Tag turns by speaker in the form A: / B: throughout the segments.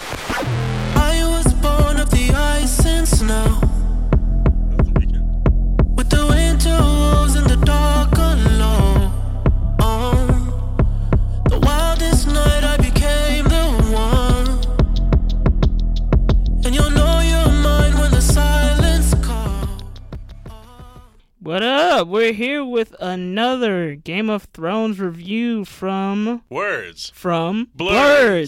A: I was born of the ice and snow. With the winter wolves and the dark alone. Oh, the wildest night I became the one. And you'll know you're mine when the silence calls.
B: What up? We're here with another Game of Thrones review from
C: Words.
B: from
C: Blurreds.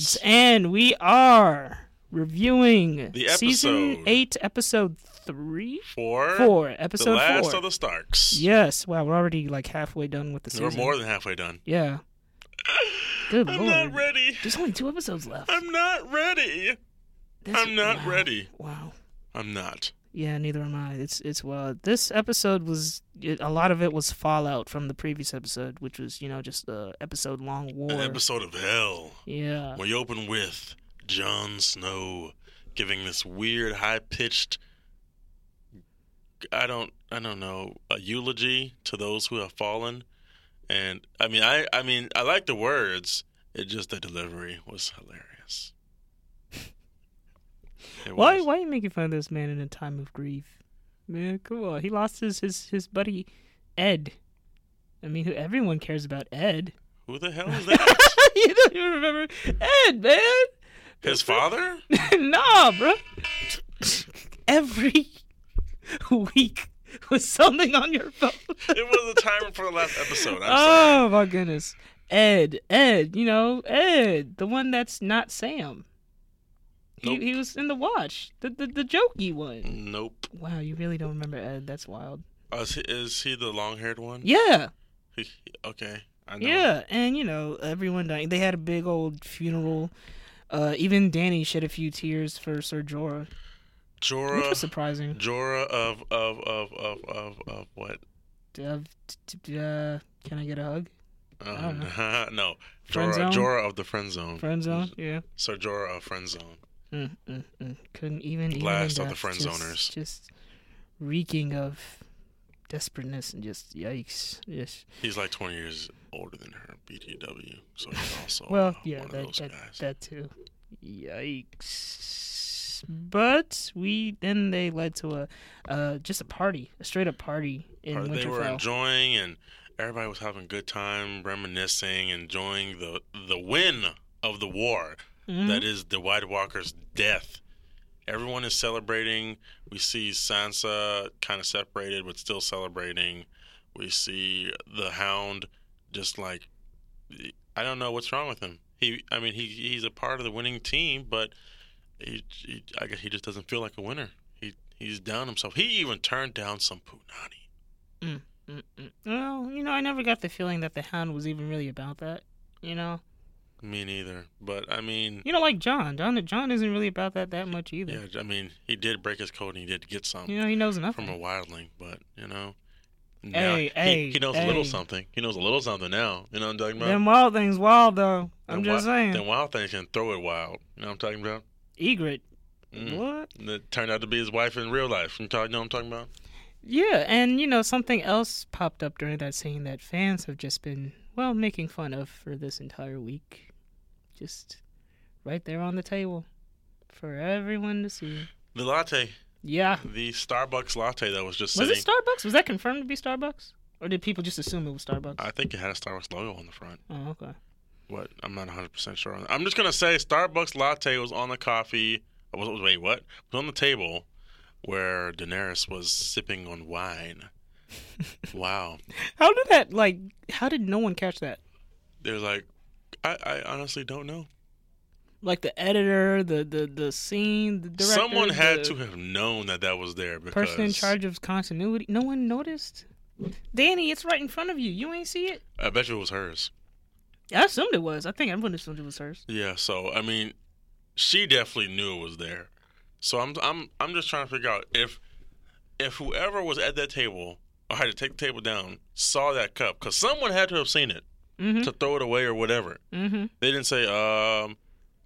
B: Blurreds, and we are reviewing
C: The
B: season
C: episode.
B: eight, episode three,
C: Four.
B: four,
C: The
B: episode
C: last
B: four.
C: of the Starks.
B: yes, wow, we're already like halfway done with the season.
C: We're more than halfway done.
B: Yeah. Good
C: I'm
B: lord.
C: not ready.
B: There's only two episodes left.
C: I'm not ready.
B: This-
C: I'm not
B: wow.
C: ready.
B: Wow.
C: I'm not.
B: Yeah, neither am I. It's it's well. This episode was it, a lot of it was fallout from the previous episode, which was you know just a episode long war.
C: An episode of hell.
B: Yeah,
C: We open with Jon Snow giving this weird, high pitched. I don't. I don't know a eulogy to those who have fallen, and I mean, I. I mean, I like the words. It just the delivery was hilarious. It
B: Why
C: was.
B: why are you making fun of this man in a time of grief? Man, come on. He lost his his, his buddy Ed. I mean, who everyone cares about Ed.
C: Who the hell is that?
B: you don't even remember Ed, man.
C: His father?
B: nah, bro. Every week was something on your phone.
C: It was the timer for the last episode. I'm sorry.
B: oh my goodness. Ed, Ed, you know, Ed, the one that's not Sam. He,
C: Nope.
B: he was in the watch, the the, the jokey one.
C: Nope.
B: Wow, you really don't remember Ed. That's wild.
C: Uh, is, he, is he the long-haired one?
B: Yeah,
C: He- okay. I know.
B: yeah, and you know everyone dying. They had a big old funeral. Uh, even Danny shed a few tears for Sir Jorah, which was
C: Jorah.
B: surprising.
C: Jorah of of of of of, of what?
B: Uh, t- t- uh, can I get a hug?
C: Um, no.
B: Friend
C: Jorah,
B: zone?
C: Jorah of the friend zone.
B: Friend zone? Yeah.
C: Sir Jorah of friend zone.
B: Mm, mm, mm. Couldn't even even
C: Blast
B: in
C: all the
B: death,
C: friend
B: just,
C: zoners.
B: Just reeking of desperateness and just yikes. Yes.
C: He's like 20 years older than her. BTW. So he's also
B: Well,
C: uh,
B: yeah,
C: one of
B: that
C: those
B: that,
C: guys.
B: that too. Yikes. But we then they led to a uh, just a party, a straight up party in
C: Or
B: Winterfell.
C: they were enjoying and everybody was having a good time reminiscing enjoying the the win of the war
B: Mhm.
C: That is the white walker's death everyone is celebrating we see sansa kind of separated but still celebrating we see the hound just like i don't know what's wrong with him he i mean he he's a part of the winning team but he, he i guess he just doesn't feel like a winner he he's down himself he even turned down some punani
B: Mm-mm. Well, you know, I never got the feeling that the Hound was even really about that. You know,
C: Me neither. But I mean,
B: you know, like John. John. John isn't really about that that much either.
C: yeah, I mean, he did break his code and he did get some
B: You know, he knows nothing.
C: from a wildling, but you know,
B: Hey,
C: he,
B: hey,
C: he knows a little
B: hey.
C: something. He knows a little something now. You know what I'm talking about?
B: Them wild things wild though. I'm
C: Then
B: just
C: wi-
B: saying.
C: Then wild things can throw it wild. You know what I'm talking about?
B: Egret.
C: Mm.
B: What?
C: And it turned out to be his wife in real life. You know what I'm talking about?
B: Yeah, and you know something else popped up during that scene that fans have just been well making fun of for this entire week, just right there on the table for everyone to see.
C: The latte,
B: Yeah,
C: the Starbucks latte that was just
B: was
C: sitting.
B: it Starbucks? Was that confirmed to be Starbucks, or did people just assume it was Starbucks?
C: I think it had a Starbucks logo on the front.
B: oh, okay.
C: What? I'm not 100 percent sure on that. I'm just gonna say Starbucks latte was on the coffee. uh, Was, was- wait, what? Was on the table where Daenerys was sipping on wine. wow.
B: How did that like? How did no one catch that?
C: They're like, I, I honestly don't know.
B: Like the editor, the the the scene, the director,
C: Someone had
B: the
C: to have known that that was there because
B: person in charge of continuity. No one noticed. Danny, it's right in front of you. You ain't see it.
C: I bet you it was hers.
B: I assumed it was. I think everyone assumed it was hers.
C: Yeah. So I mean, she definitely knew it was there. So I'm I'm I'm just trying to figure out if if whoever was at that table or had to take the table down saw that cup because someone had to have seen it.
B: Mm-hmm.
C: to throw it away or whatever.
B: Mm-hmm.
C: They didn't say, um,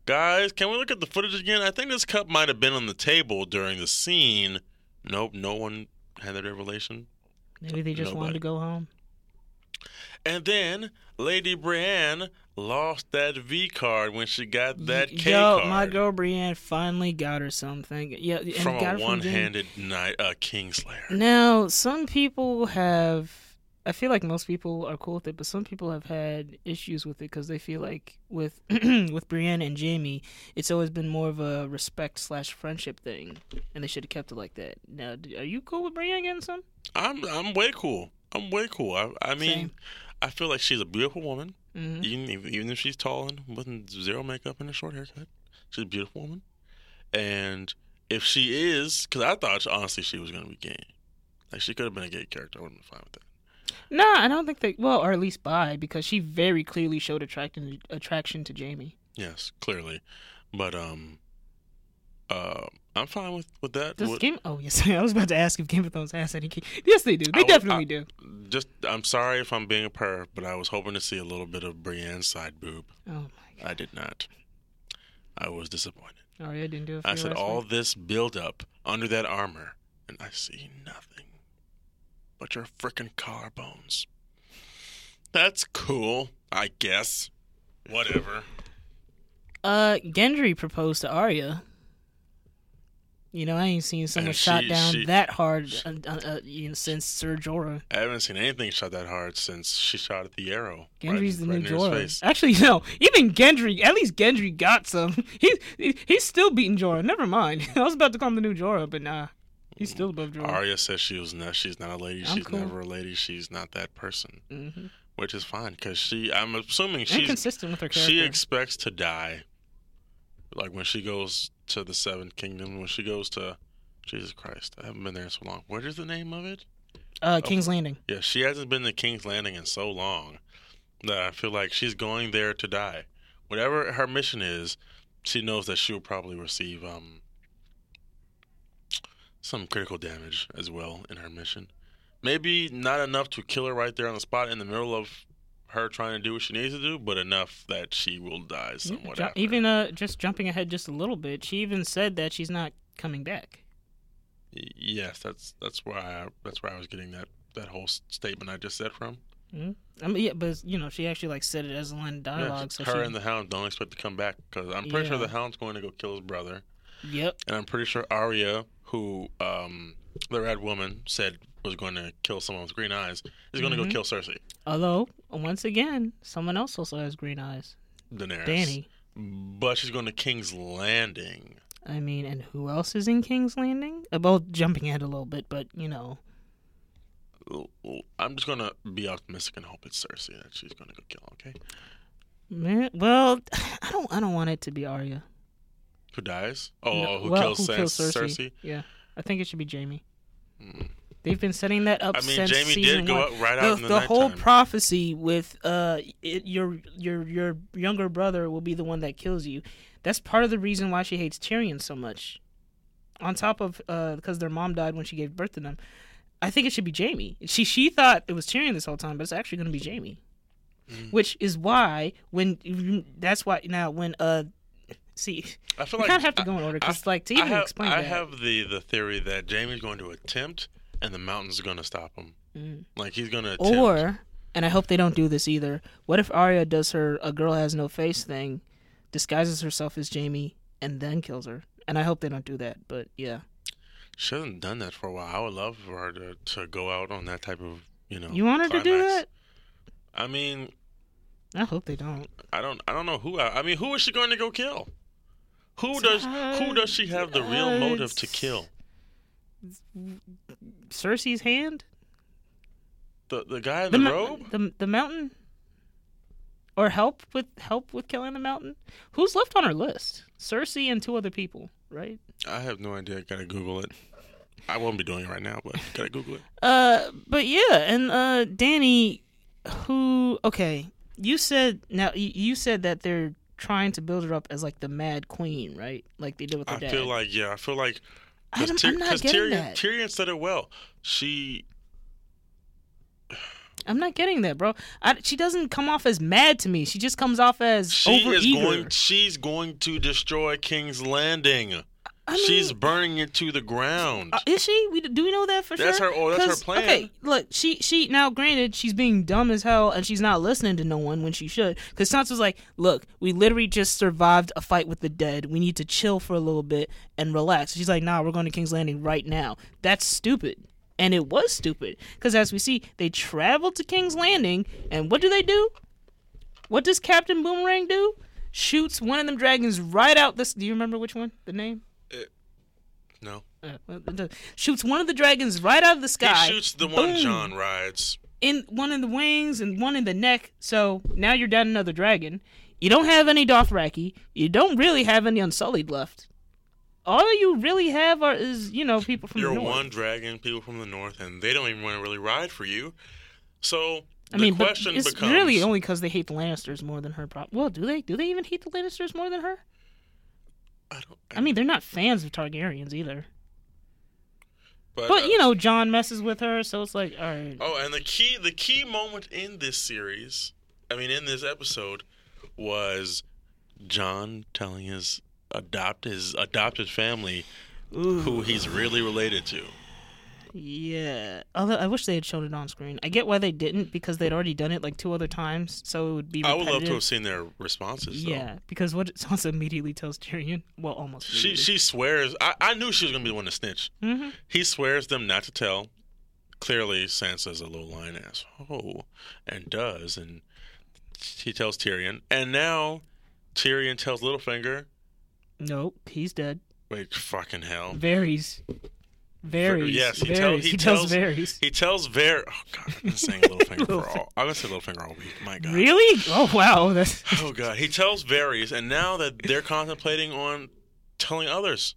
C: guys, can we look at the footage again? I think this cup might have been on the table during the scene. Nope, no one had that revelation.
B: Maybe they just wanted
C: Nobody.
B: to go home.
C: And then Lady Brienne lost that V card when she got that K
B: Yo,
C: card
B: my girl Brienne finally got her something. Yeah, and
C: from
B: got
C: a
B: it
C: one
B: Jane.
C: handed knight, uh, Kingslayer.
B: Now, some people have. I feel like most people are cool with it, but some people have had issues with it because they feel like with with Brienne and Jamie, it's always been more of a respect slash friendship thing, and they should have kept it like that. Now, d- are you cool with Brienne getting some?
C: I'm I'm way cool. I'm way cool. I, I mean,
B: Same.
C: I feel like she's a beautiful woman.
B: Mhm.
C: Even if, even if she's tall and with zero makeup and a short haircut, she's a beautiful woman. And if she is, because I thought honestly she was going to be gay, like she could have been a gay character. I would have been fine with that.
B: No, I don't think they. Well, or at least bi, because she very clearly showed attraction attraction to Jamie.
C: Yes, clearly, but um, uh, I'm fine with with that.
B: Does
C: What-
B: Game? Oh yes, I was about to ask if Game of Thrones has any. key- Yes, they do. They
C: I would-
B: definitely
C: I-
B: do.
C: just I'm sorry if I'm being a perv, but I was hoping to see a little bit of Brienne's side boob.
B: Oh my god,
C: I did not. I was disappointed.
B: Aria didn't do it. For
C: I
B: you
C: said
B: last
C: all
B: week?
C: this build up under that armor, and I see nothing but your frickin' collarbones. That's cool, I guess. Whatever.
B: Uh, Gendry proposed to Arya. You know, I ain't seen someone
C: And
B: shot
C: she-
B: down
C: she-
B: that hard uh, uh, uh, you know, since Sir Jorah.
C: I haven't seen anything shot that hard since she shot at the arrow. right-
B: Gendry's the
C: right
B: new
C: near his
B: Jorah.
C: face.
B: Actually, no. Even Gendry, at least Gendry got some. He, he he's still beating Jorah. Never mind. I was about to call him the new Jorah, but nah, he's still above Jorah.
C: Arya says she was not. She's not a lady.
B: Mm. I'm
C: she's
B: cool.
C: never a lady. She's not that person,
B: hmm
C: which is fine because she. I'm assuming she's
B: Inconsistent with her character.
C: she expects to die. Like when she goes to the Seventh Kingdom, when she goes to Jesus Christ, I haven't been there in so long. What is the name of it?
B: uh,
C: oh,
B: King's Landing.
C: Yeah, she hasn't been to King's Landing in so long that I feel like she's going there to die. Whatever her mission is, she knows that she'll probably receive um some critical damage as well in her mission. Maybe not enough to kill her right there on the spot in the middle of her trying to do what she needs to do, but enough that she will die
B: Yeah,
C: somewhat.
B: ju-
C: after.
B: even uh, just jumping ahead just a little bit, she even said that she's not coming back.
C: Y- yes, that's that's why I, that's where I was getting that that whole s- statement I just said from.
B: Mm-hmm. I mean, yeah, but you know, she actually like said it as a line of
C: Yeah,
B: dialogue. so
C: her
B: she,
C: and the Hound don't expect to come back because I'm pretty sure
B: Yeah.
C: the Hound's going to go kill his brother,
B: yep,
C: and I'm pretty sure Arya, who um, the Red Woman said was going to kill someone with green eyes, is going to
B: Mhm.
C: go kill Cersei,
B: Although, once again, someone else also has green eyes.
C: Daenerys.
B: Danny.
C: But she's going to King's Landing.
B: I mean, and who else is in King's Landing? Uh, Well, jumping ahead a little bit, but you know,
C: L- l- I'm just going to be optimistic and hope it's Cersei that she's going to go kill. Okay,
B: man, well, I don't, I don't want it to be Arya.
C: who dies? Oh,
B: No-
C: who
B: well,
C: kills Sans- Cersei? Hmm.
B: Yeah, I think it should be Jamie. They've been setting that up
C: I mean,
B: since
C: Jamie
B: season
C: did go
B: one.
C: out right
B: the,
C: out in the,
B: the whole
C: nighttime.
B: prophecy with uh it, your your your younger brother will be the one that kills you. That's part of the reason why she hates Tyrion so much. On top of uh because their mom died when she gave birth to them. I think it should be Jamie. She she thought it was Tyrion this whole time, but it's actually going to be Jamie.
C: Mm.
B: Which is why when that's why now when uh see
C: I feel
B: we
C: like
B: kind of have to
C: I-
B: go in order
C: I-
B: because like to even
C: I have,
B: explain
C: I
B: that.
C: have the, the theory that Jamie's going to attempt, and the mountains are going to stop him.
B: Mm.
C: Like he's going to attempt.
B: Or, and I hope they don't do this either. What if Arya does her "a girl has no face" thing, disguises herself as Jamie, and then kills her? And I hope they don't do that. But yeah,
C: she hasn't done that for a while. I would love for her to, to go out on that type of you know.
B: you want her to do
C: climax.
B: that?
C: I mean,
B: I hope they don't.
C: I don't I don't know who. I, I mean, who is she going to go kill? Who does who does she have the real
B: Uh,
C: motive to kill?
B: Cersei's hand,
C: The the guy in
B: the
C: the,
B: mou-
C: robe.
B: the the mountain, or help with help with killing the mountain. Who's left on her list? Cersei and two other people, right?
C: I have no idea. Gotta Google it. I won't be doing it right now, but gotta Google it.
B: Uh, but yeah, and uh, Danny, who okay, you said now you, you said that they're trying to build her up as like the Mad Queen, right? Like they did with her
C: I
B: dad.
C: feel like yeah. I feel like
B: I don't- I'm not getting
C: Tyrion,
B: that.
C: Tyrion said it well. She
B: I'm not getting that, bro. I, she doesn't come off as mad to me. She just comes off as
C: she
B: over
C: is
B: eager.
C: going. She's going to destroy King's Landing.
B: I mean,
C: She's burning it to the ground.
B: Uh, is she? We do we know that for
C: That's
B: sure?
C: her- oh, that's her
B: 'Cause,
C: plan.
B: Okay, look, she she now granted she's being dumb as hell and she's not listening to no one when she should. Because Sansa's like, look, we literally just survived a fight with the dead. We need to chill for a little bit and relax. She's like, nah, we're going to King's Landing right now. That's stupid. And it was stupid because as we see, they travel to King's Landing, and what do they do? What does Captain Boomerang do? Shoots one of them dragons right out this. Do you remember which one? The name?
C: no.
B: Uh, well, the- the- shoots one of the dragons right out of the
C: He
B: sky.
C: shoots the one
B: Boom.
C: John rides.
B: in one in the wings and one in the neck. So now you're down another dragon. You don't have any Dothraki. You don't really have any Unsullied left. All you really have are is you know people from
C: You're
B: the north.
C: one dragon, people from the north, and they don't even want to really ride for you. So the
B: I mean, but
C: question
B: it's
C: becomes
B: really only because they hate the Lannisters more than her. Pro- well, do they? Do they even hate the Lannisters more than her?
C: I don't
B: I mean, they're not fans of Targaryens either.
C: but,
B: But
C: uh,
B: you know, John messes with her, so it's like, all right.
C: Oh, and the key the key moment in this series, I mean in this episode, was John telling his adopt his adopted family who he's really related to.
B: Yeah. Although I wish they had shown it on screen. I get why they didn't because they'd already done it like two other times, so it would be.
C: I would love to
B: repetitive.
C: have seen their responses though.
B: Yeah, because what Sansa immediately tells Tyrion, well, almost.
C: She she swears I, I knew she was gonna be the one to snitch.
B: hmm
C: He swears them not to tell. Clearly, Sansa's a low line asshole and does. And he tells Tyrion. And now Tyrion tells Littlefinger,
B: Nope, he's dead.
C: wait, fucking hell.
B: Varys. Varys.
C: Oh. yes, he
B: Varys.
C: tell- he
B: he, tells
C: tells-
B: Varys.
C: He tells Ver. Oh, God. I've been saying Littlefinger for all. I've been saying Littlefinger all week. My God.
B: Really? Oh wow, that's
C: Oh, God. He tells Varys. And now that they're contemplating on telling others.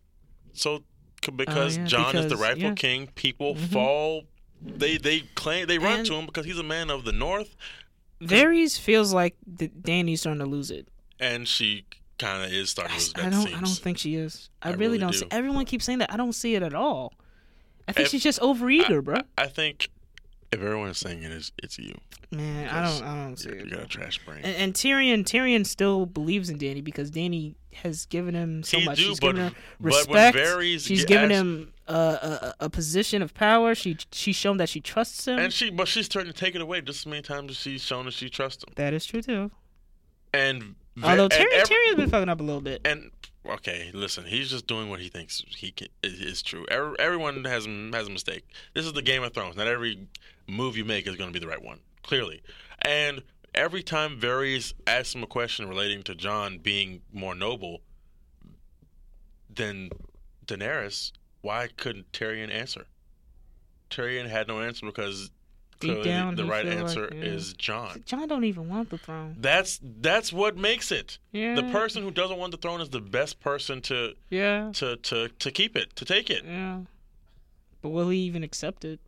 C: So, c- because
B: Oh, yeah,
C: John is the
B: because-
C: rightful
B: yeah. Mm-hmm.
C: king, people fall. They they claim they run
B: And-
C: to him because he's a man of the north,
B: Varys feels like the Danny's starting to lose it.
C: and she kind of is starting to lose
B: I
C: that
B: don't.
C: seems.
B: I don't think she is. I,
C: I
B: really,
C: really
B: don't.
C: do.
B: See, everyone keeps saying that. I don't see it at all. I think
C: If-
B: she's just overeager, bro.
C: I think if everyone is saying it, it's, it's you.
B: Man, I
C: because
B: don't. I don't see
C: You
B: it.
C: got a trash brain.
B: And, and Tyrion, Tyrion still believes in Danny because Danny has given him so
C: He
B: much.
C: do,
B: She's
C: but-
B: given him
C: but when
B: respect.
C: Varys
B: She's
C: ge-
B: given
C: acts-
B: him a, a, a position of power. She she's shown that she trusts him.
C: And she, but she's starting to take it away just as many times as she's shown that she trusts him.
B: that is true too.
C: And ve-
B: Although
C: and
B: Tyrion,
C: every-
B: Tyrion's been fucking up a little bit.
C: and okay, listen, he's just doing what he thinks he can, is, is true. Every, everyone has has a mistake. This is the Game of Thrones. Not every move you make is going to be the right one, clearly. And every time Varys asks him a question relating to John being more noble than Daenerys, why couldn't Tyrion answer? Tyrion had no answer because
B: Deep
C: clearly
B: down,
C: the
B: he
C: right
B: feel like,
C: answer
B: yeah.
C: is John.
B: John don't even want the throne.
C: That's that's what makes it.
B: Yeah.
C: The person who doesn't want the throne is the best person to
B: Yeah.
C: to to, to keep it, to take it.
B: Yeah. But will he even accept it,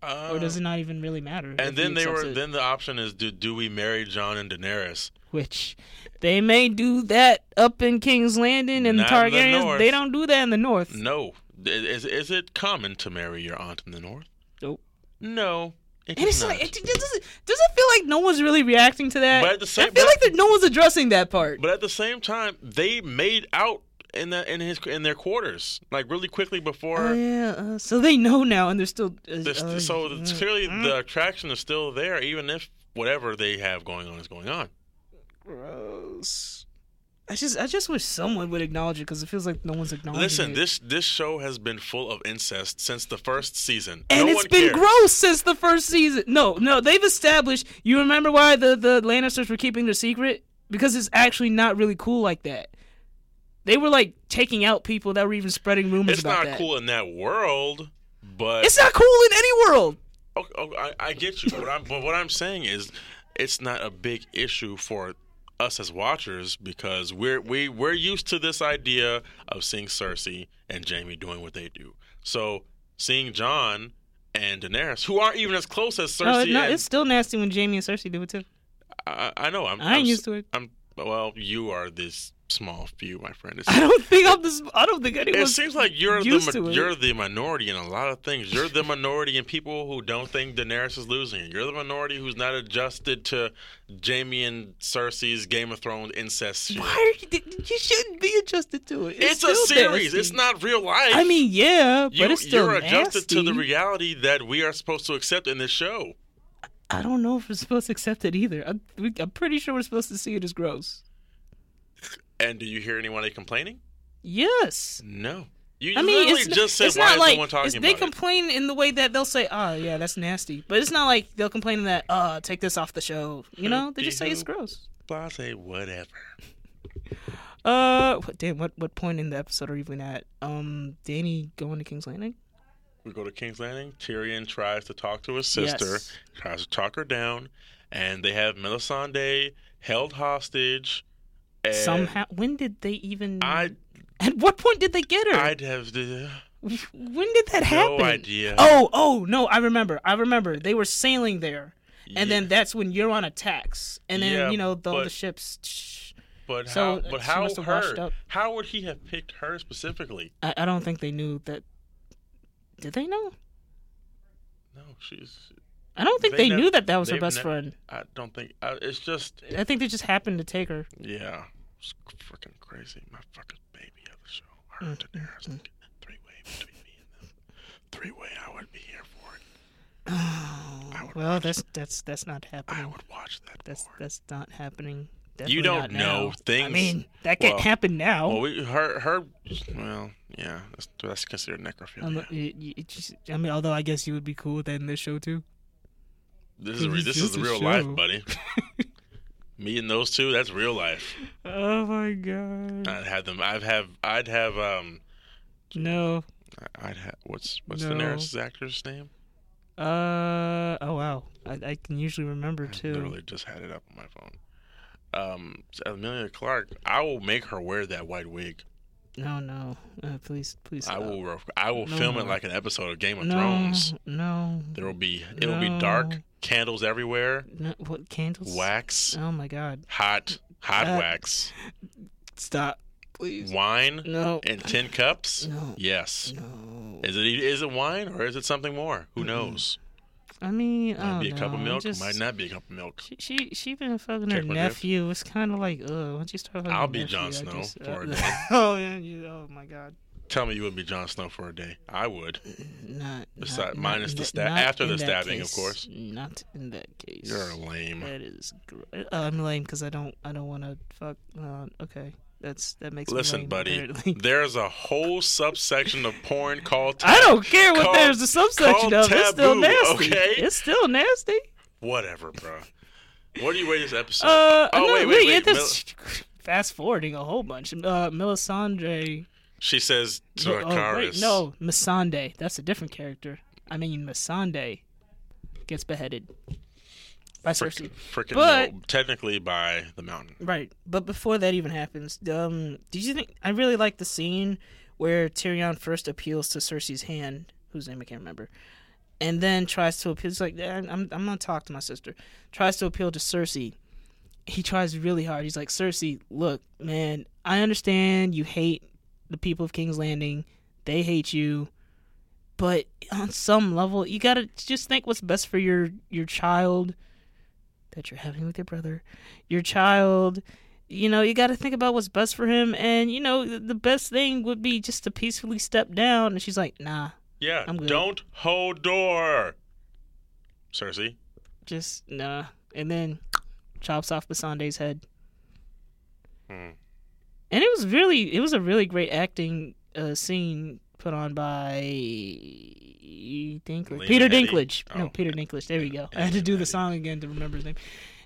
C: Uh,
B: or does it not even really matter? if
C: and
B: he
C: then they
B: accepts
C: were
B: it?
C: then the option is do do we marry John and Daenerys?
B: which they may do that up in King's Landing and
C: Not in the
B: Targaryens.
C: north.
B: they don't do that in the north.
C: No. Is is it common to marry your aunt in the north?
B: Nope.
C: No. It
B: And
C: is
B: it's
C: not.
B: like, it, it doesn't, does it feel like no one's really reacting to that?
C: But at the same-
B: I feel
C: but-
B: like that no one's addressing that part.
C: But at the same time, they made out in the in his in their quarters like really quickly before.
B: Oh, yeah, uh, so they know now, and they're still. Uh,
C: this,
B: uh,
C: so
B: mm.
C: it's clearly the attraction is still there, even if whatever they have going on is going on.
B: gross. I just, I just wish someone would acknowledge it because it feels like no one's acknowledging
C: Listen,
B: it.
C: this this show has been full of incest since the first season,
B: And
C: no
B: it's
C: one
B: been
C: cares.
B: gross since the first season. No, no, they've established. You remember why the the Lannisters were keeping their secret? Because it's actually not really cool like that. They were like taking out people that were even spreading rumors
C: It's
B: about
C: not
B: that.
C: cool in that world, but
B: It's not cool in any world.
C: Oh, oh, I, I get you. What I'm, but what I'm saying is, it's not a big issue for us as watchers because we're we we're used to this idea of seeing Cersei and Jamie doing what they do. So seeing John and Daenerys, who aren't even as close as Cersei,
B: No, no,
C: and-
B: Oh, it's still nasty when Jamie and Cersei do it too.
C: I, I know. I'm,
B: I ain't
C: I'm,
B: used to it.
C: I'm well. You are this small few, my friend. It's-
B: I don't think I'm this. I don't think
C: it
B: anyone's.
C: seems like you're the
B: used
C: ma-
B: to it.
C: you're the minority in a lot of things. You're the minority in people who don't think Daenerys is losing. You're the minority who's not adjusted to Jamie and Cersei's Game of Thrones incest shit.
B: Why are you, you shouldn't be adjusted to it.
C: It's, a
B: still
C: series.
B: nasty.
C: It's not real life.
B: I mean, yeah, but
C: you,
B: it's still
C: you're adjusted to the
B: nasty.
C: reality that we are supposed to accept in this show.
B: I don't know if we're supposed to accept it either. I'm, we, I'm pretty sure we're supposed to see it as gross.
C: And do you hear anybody complaining?
B: Yes.
C: No. You,
B: I mean,
C: literally
B: it's,
C: just said
B: it's
C: why
B: not
C: is
B: like
C: no one talking
B: it's-
C: about
B: they
C: it?
B: complain in the way that they'll say, "Oh, yeah, that's nasty," but it's not like they'll complain that, "Uh, take this off the show." You know, they just say it's
C: Hoo-dee-hoo.
B: gross.
C: Blase, whatever.
B: Uh, what, damn, what what point in the episode are we even at? Um, Danny going to King's Landing.
C: We go to King's Landing. Tyrion tries to talk to his sister,
B: Yes.
C: tries to talk her down, and they have Melisande held hostage. And
B: Somehow, when did they even?
C: Eh. I
B: At what point did they get her?
C: I'd have the
B: when did that happen?
C: no idea.
B: Oh, oh no! I remember. I remember. They were sailing there, and
C: Yeah,
B: then that's when Euron attacks, and then
C: Yeah,
B: you know the, the
C: but-
B: ships. Shh.
C: but
B: so
C: how but
B: she
C: how
B: must have washed
C: her
B: up.
C: how would he have picked her specifically?
B: I, I don't think they knew that. Did they know?
C: No, she's
B: I don't think
C: They
B: they,
C: nev-
B: knew that that was her
C: they've
B: best
C: nev-
B: friend.
C: I don't think I, it's just
B: I think they just happened to take her.
C: yeah, it's freaking crazy. My fucking baby of the show, her and
B: Mm-hmm.
C: Daenerys, like, three way between me and them. Three way, I would be here for it. would
B: well, that's that's that's not
C: I
B: happening.
C: would watch that.
B: That's
C: more.
B: that's not happening. Definitely
C: You don't
B: not now.
C: know things.
B: I mean, that can't
C: Well-
B: happen now.
C: Well, Oh, we her her. Well, yeah, that's, that's considered necrophilia.
B: Unle- it- it- it just- I mean, although I guess you would be cool with that in this show too.
C: This is re- this
B: It's
C: is
B: just a
C: real
B: show.
C: life, buddy. Me and those two, that's real life.
B: Oh my god!
C: I'd have them. I'd have. I'd have. Um.
B: no.
C: I'd have. What's what's
B: No.
C: the nearest actor's name?
B: Uh. Oh wow. I, I can usually remember
C: I
B: too.
C: literally just had it up on my phone. Um, Amelia Clark. I will make her wear that white wig.
B: No, no. Uh, please, please.
C: I
B: stop.
C: will. ref- I will
B: No,
C: film
B: no.
C: it like an episode of Game of
B: No.
C: Thrones.
B: No.
C: There will be. It will be
B: No.
C: dark. Candles everywhere.
B: no. What candles?
C: Wax.
B: Oh my god.
C: hot hot
B: Uh,
C: wax
B: Stop. Please.
C: wine
B: No.
C: in 10 cups
B: No.
C: yes
B: No.
C: is it is it wine or is it something more who knows
B: I mean, I
C: might
B: don't
C: be a cup
B: know.
C: of
B: I'm
C: milk
B: Oh, Just,
C: might not be a cup of milk
B: She she she been fucking her
C: Check my drift.
B: nephew. It's kind of like, ugh. Why don't you start? fucking
C: I'll
B: your
C: be
B: nephew?
C: Jon
B: I
C: Snow
B: just-
C: for a
B: uh,
C: day.
B: oh yeah. You, oh my god.
C: tell me you wouldn't be Jon Snow for a day I would
B: Not.
C: Besi-
B: not,
C: minus
B: not,
C: the sta-
B: not
C: after the
B: in that
C: stabbing, of
B: case.
C: course.
B: Not in that case.
C: you're lame
B: That is. Gr- uh, I'm lame because I don't. I don't want to fuck. Uh, okay. That's that makes. me
C: listen
B: lame,
C: buddy
B: apparently.
C: there's a whole subsection of porn called
B: I don't care what
C: Call-
B: there's a subsection
C: call
B: of. It's still
C: taboo,
B: nasty.
C: okay?
B: It's still nasty.
C: whatever bro what do you rate this episode
B: Uh,
C: oh
B: no,
C: wait
B: we-
C: wait
B: yeah,
C: wait Mil-
B: this- fast forwarding a whole bunch. Uh, Melisandre.
C: she says to
B: oh, wait,
C: Akaris
B: no, Masande. That's a different character. I mean, Masande gets beheaded by Cersei.
C: freaking
B: But-
C: no, technically by the mountain
B: Right, but before that even happens, um, did you think I really like the scene where Tyrion first appeals to Cersei's hand, whose name I can't remember, and then tries to appeal. He's like, "Eh, I'm, I'm gonna talk to my sister. Tries to appeal to Cersei. He tries really hard. He's like, Cersei, look, man, I understand you hate the people of King's Landing. They hate you, but on some level, you gotta just think what's best for your your child that you're having with your brother, your child. You know, you got to think about what's best for him. And, you know, th- the best thing would be just to peacefully step down. And she's like, nah,
C: Yeah,
B: I'm good.
C: don't hold door. Cersei.
B: just nah. And then chops off Basande's head.
C: Hmm.
B: And it was really, it was a really great acting uh, scene put on by Dinklage.
C: Lena
B: Peter
C: Headey?
B: Dinklage. No,
C: Oh.
B: Peter Dinklage. There we go. I
C: And
B: had to
C: Lena
B: do the
C: Headey.
B: song again to remember his name.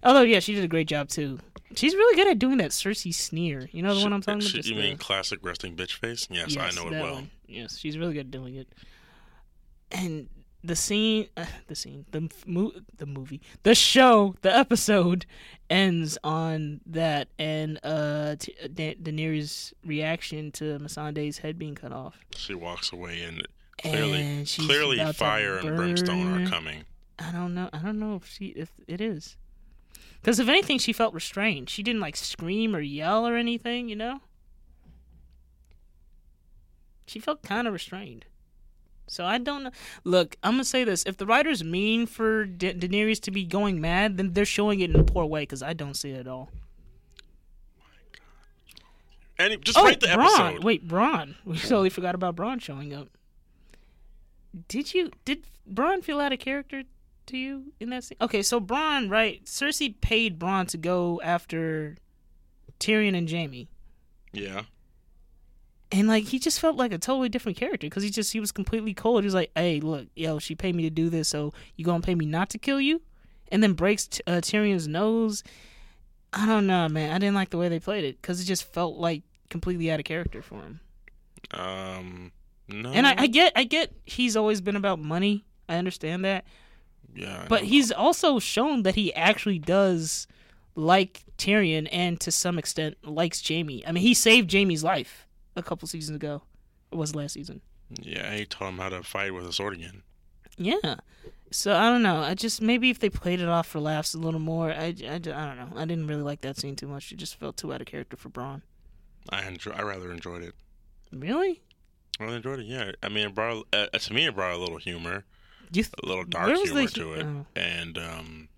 B: Although, yeah, she did a great job too. She's really good at doing that Cersei sneer. You know the
C: Sh-
B: one I'm talking
C: sh-
B: about? Just
C: you
B: the-
C: mean classic resting bitch face? Yes, I know it
B: that
C: well.
B: one. Yes, she's really good at doing it. And the scene, uh, the scene, the f- mo- the movie, the show, the episode ends on that, and uh, t- uh, da- Daenerys' reaction to Masande's head being cut off.
C: She walks away, and clearly,
B: And she's
C: clearly,
B: about to
C: fire and brimstone
B: burn.
C: are coming.
B: I don't know. I don't know if she if it is. Because if anything, she felt restrained. She didn't like scream or yell or anything, you know? She felt kind of restrained. So I don't know. Look, I'm going to say this. If the writer's mean for da- Daenerys to be going mad, then they're showing it in a poor way because I don't see it at all.
C: Any, just
B: oh,
C: rate the
B: Braun.
C: episode.
B: Wait, Braun. We totally forgot about Braun showing up. Did you did Braun feel out of character to you in that scene? Okay, so Braun, right? Cersei paid Braun to go after Tyrion and Jamie,
C: Yeah.
B: and like he just felt like a totally different character because he just he was completely cold. He was like, "Hey, look, yo, she paid me to do this, so you gonna pay me not to kill you?" And then breaks t- uh, Tyrion's nose. I don't know, man. I didn't like the way they played it because it just felt like completely out of character for him.
C: Um. No.
B: And I, I get, I get, he's always been about money. I understand that,
C: yeah. I
B: but
C: know.
B: he's also shown that he actually does like Tyrion and to some extent likes Jamie. I mean, he saved Jamie's life a couple seasons ago. It was last season.
C: Yeah, he taught him how to fight with a sword again.
B: Yeah. So I don't know. I just maybe if they played it off for laughs a little more. I, I, ju- I don't know. I didn't really like that scene too much. It just felt too out of character for Braun.
C: I enjoy, I rather enjoyed it.
B: Really?
C: I rather enjoyed it. Yeah. I mean, it brought uh, to me it brought a little humor,
B: You th-
C: a little dark
B: Where was the
C: humor
B: hu-
C: to it,
B: oh.
C: and um.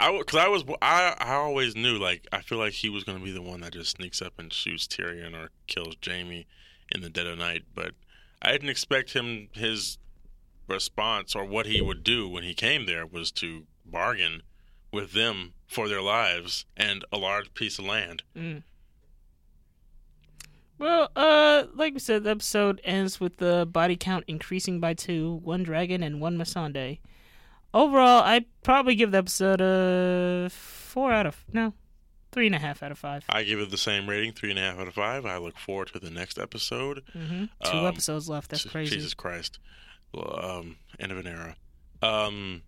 C: I, w- cause I was, I, I always knew, like, I feel like he was gonna be the one that just sneaks up and shoots Tyrion or kills Jamie in the dead of night. But I didn't expect him, his response or what he would do when he came there was to bargain with them for their lives and a large piece of land.
B: Mm. Well, uh, like we said, the episode ends with the body count increasing by two, one dragon and one Masande. Overall, I'd probably give the episode a four out of no, three and a half out of five.
C: I give it the same rating, three and a half out of five. I look forward to the next episode.
B: hmm Two
C: Um,
B: episodes left. That's
C: Je-
B: crazy.
C: Jesus Christ. Well, Um, end of an era. Um,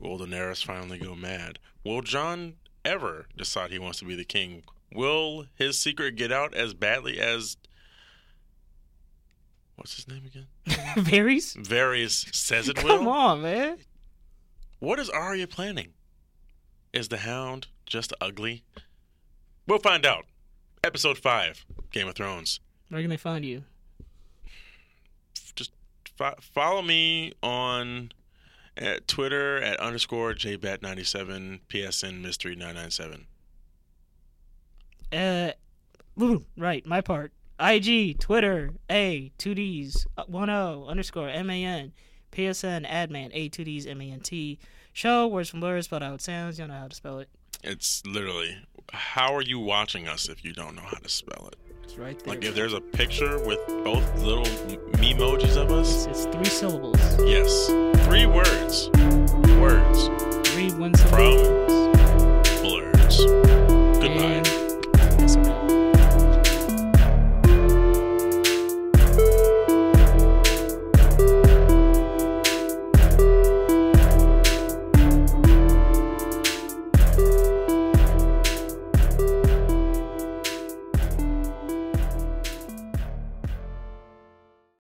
C: will Daenerys finally go mad? Will John ever decide he wants to be the king? Will his secret get out as badly as what's his name again?
B: Varies.
C: Varys says it
B: Come
C: will.
B: on, man.
C: What is Arya planning? Is the Hound just ugly? We'll find out. Episode five, Game of Thrones.
B: Where can they find you?
C: just fo- follow me on at Twitter at underscore jbat97 psn mystery 997.
B: Uh, ooh, right, my part. IG, Twitter, A, 2Ds, uh, 1 O, underscore, M-A-N, PSN, adman, A, 2Ds, M-A-N-T. Show, words from blurs, spelled out with sounds. You don't know how to spell it.
C: It's literally how are you watching us if you don't know how to spell it?
B: It's right there.
C: Like if there's a picture with both little memojis of us,
B: it's, it's three syllables.
C: yes, three words, words
B: Three, one syllable.
C: from
B: uh,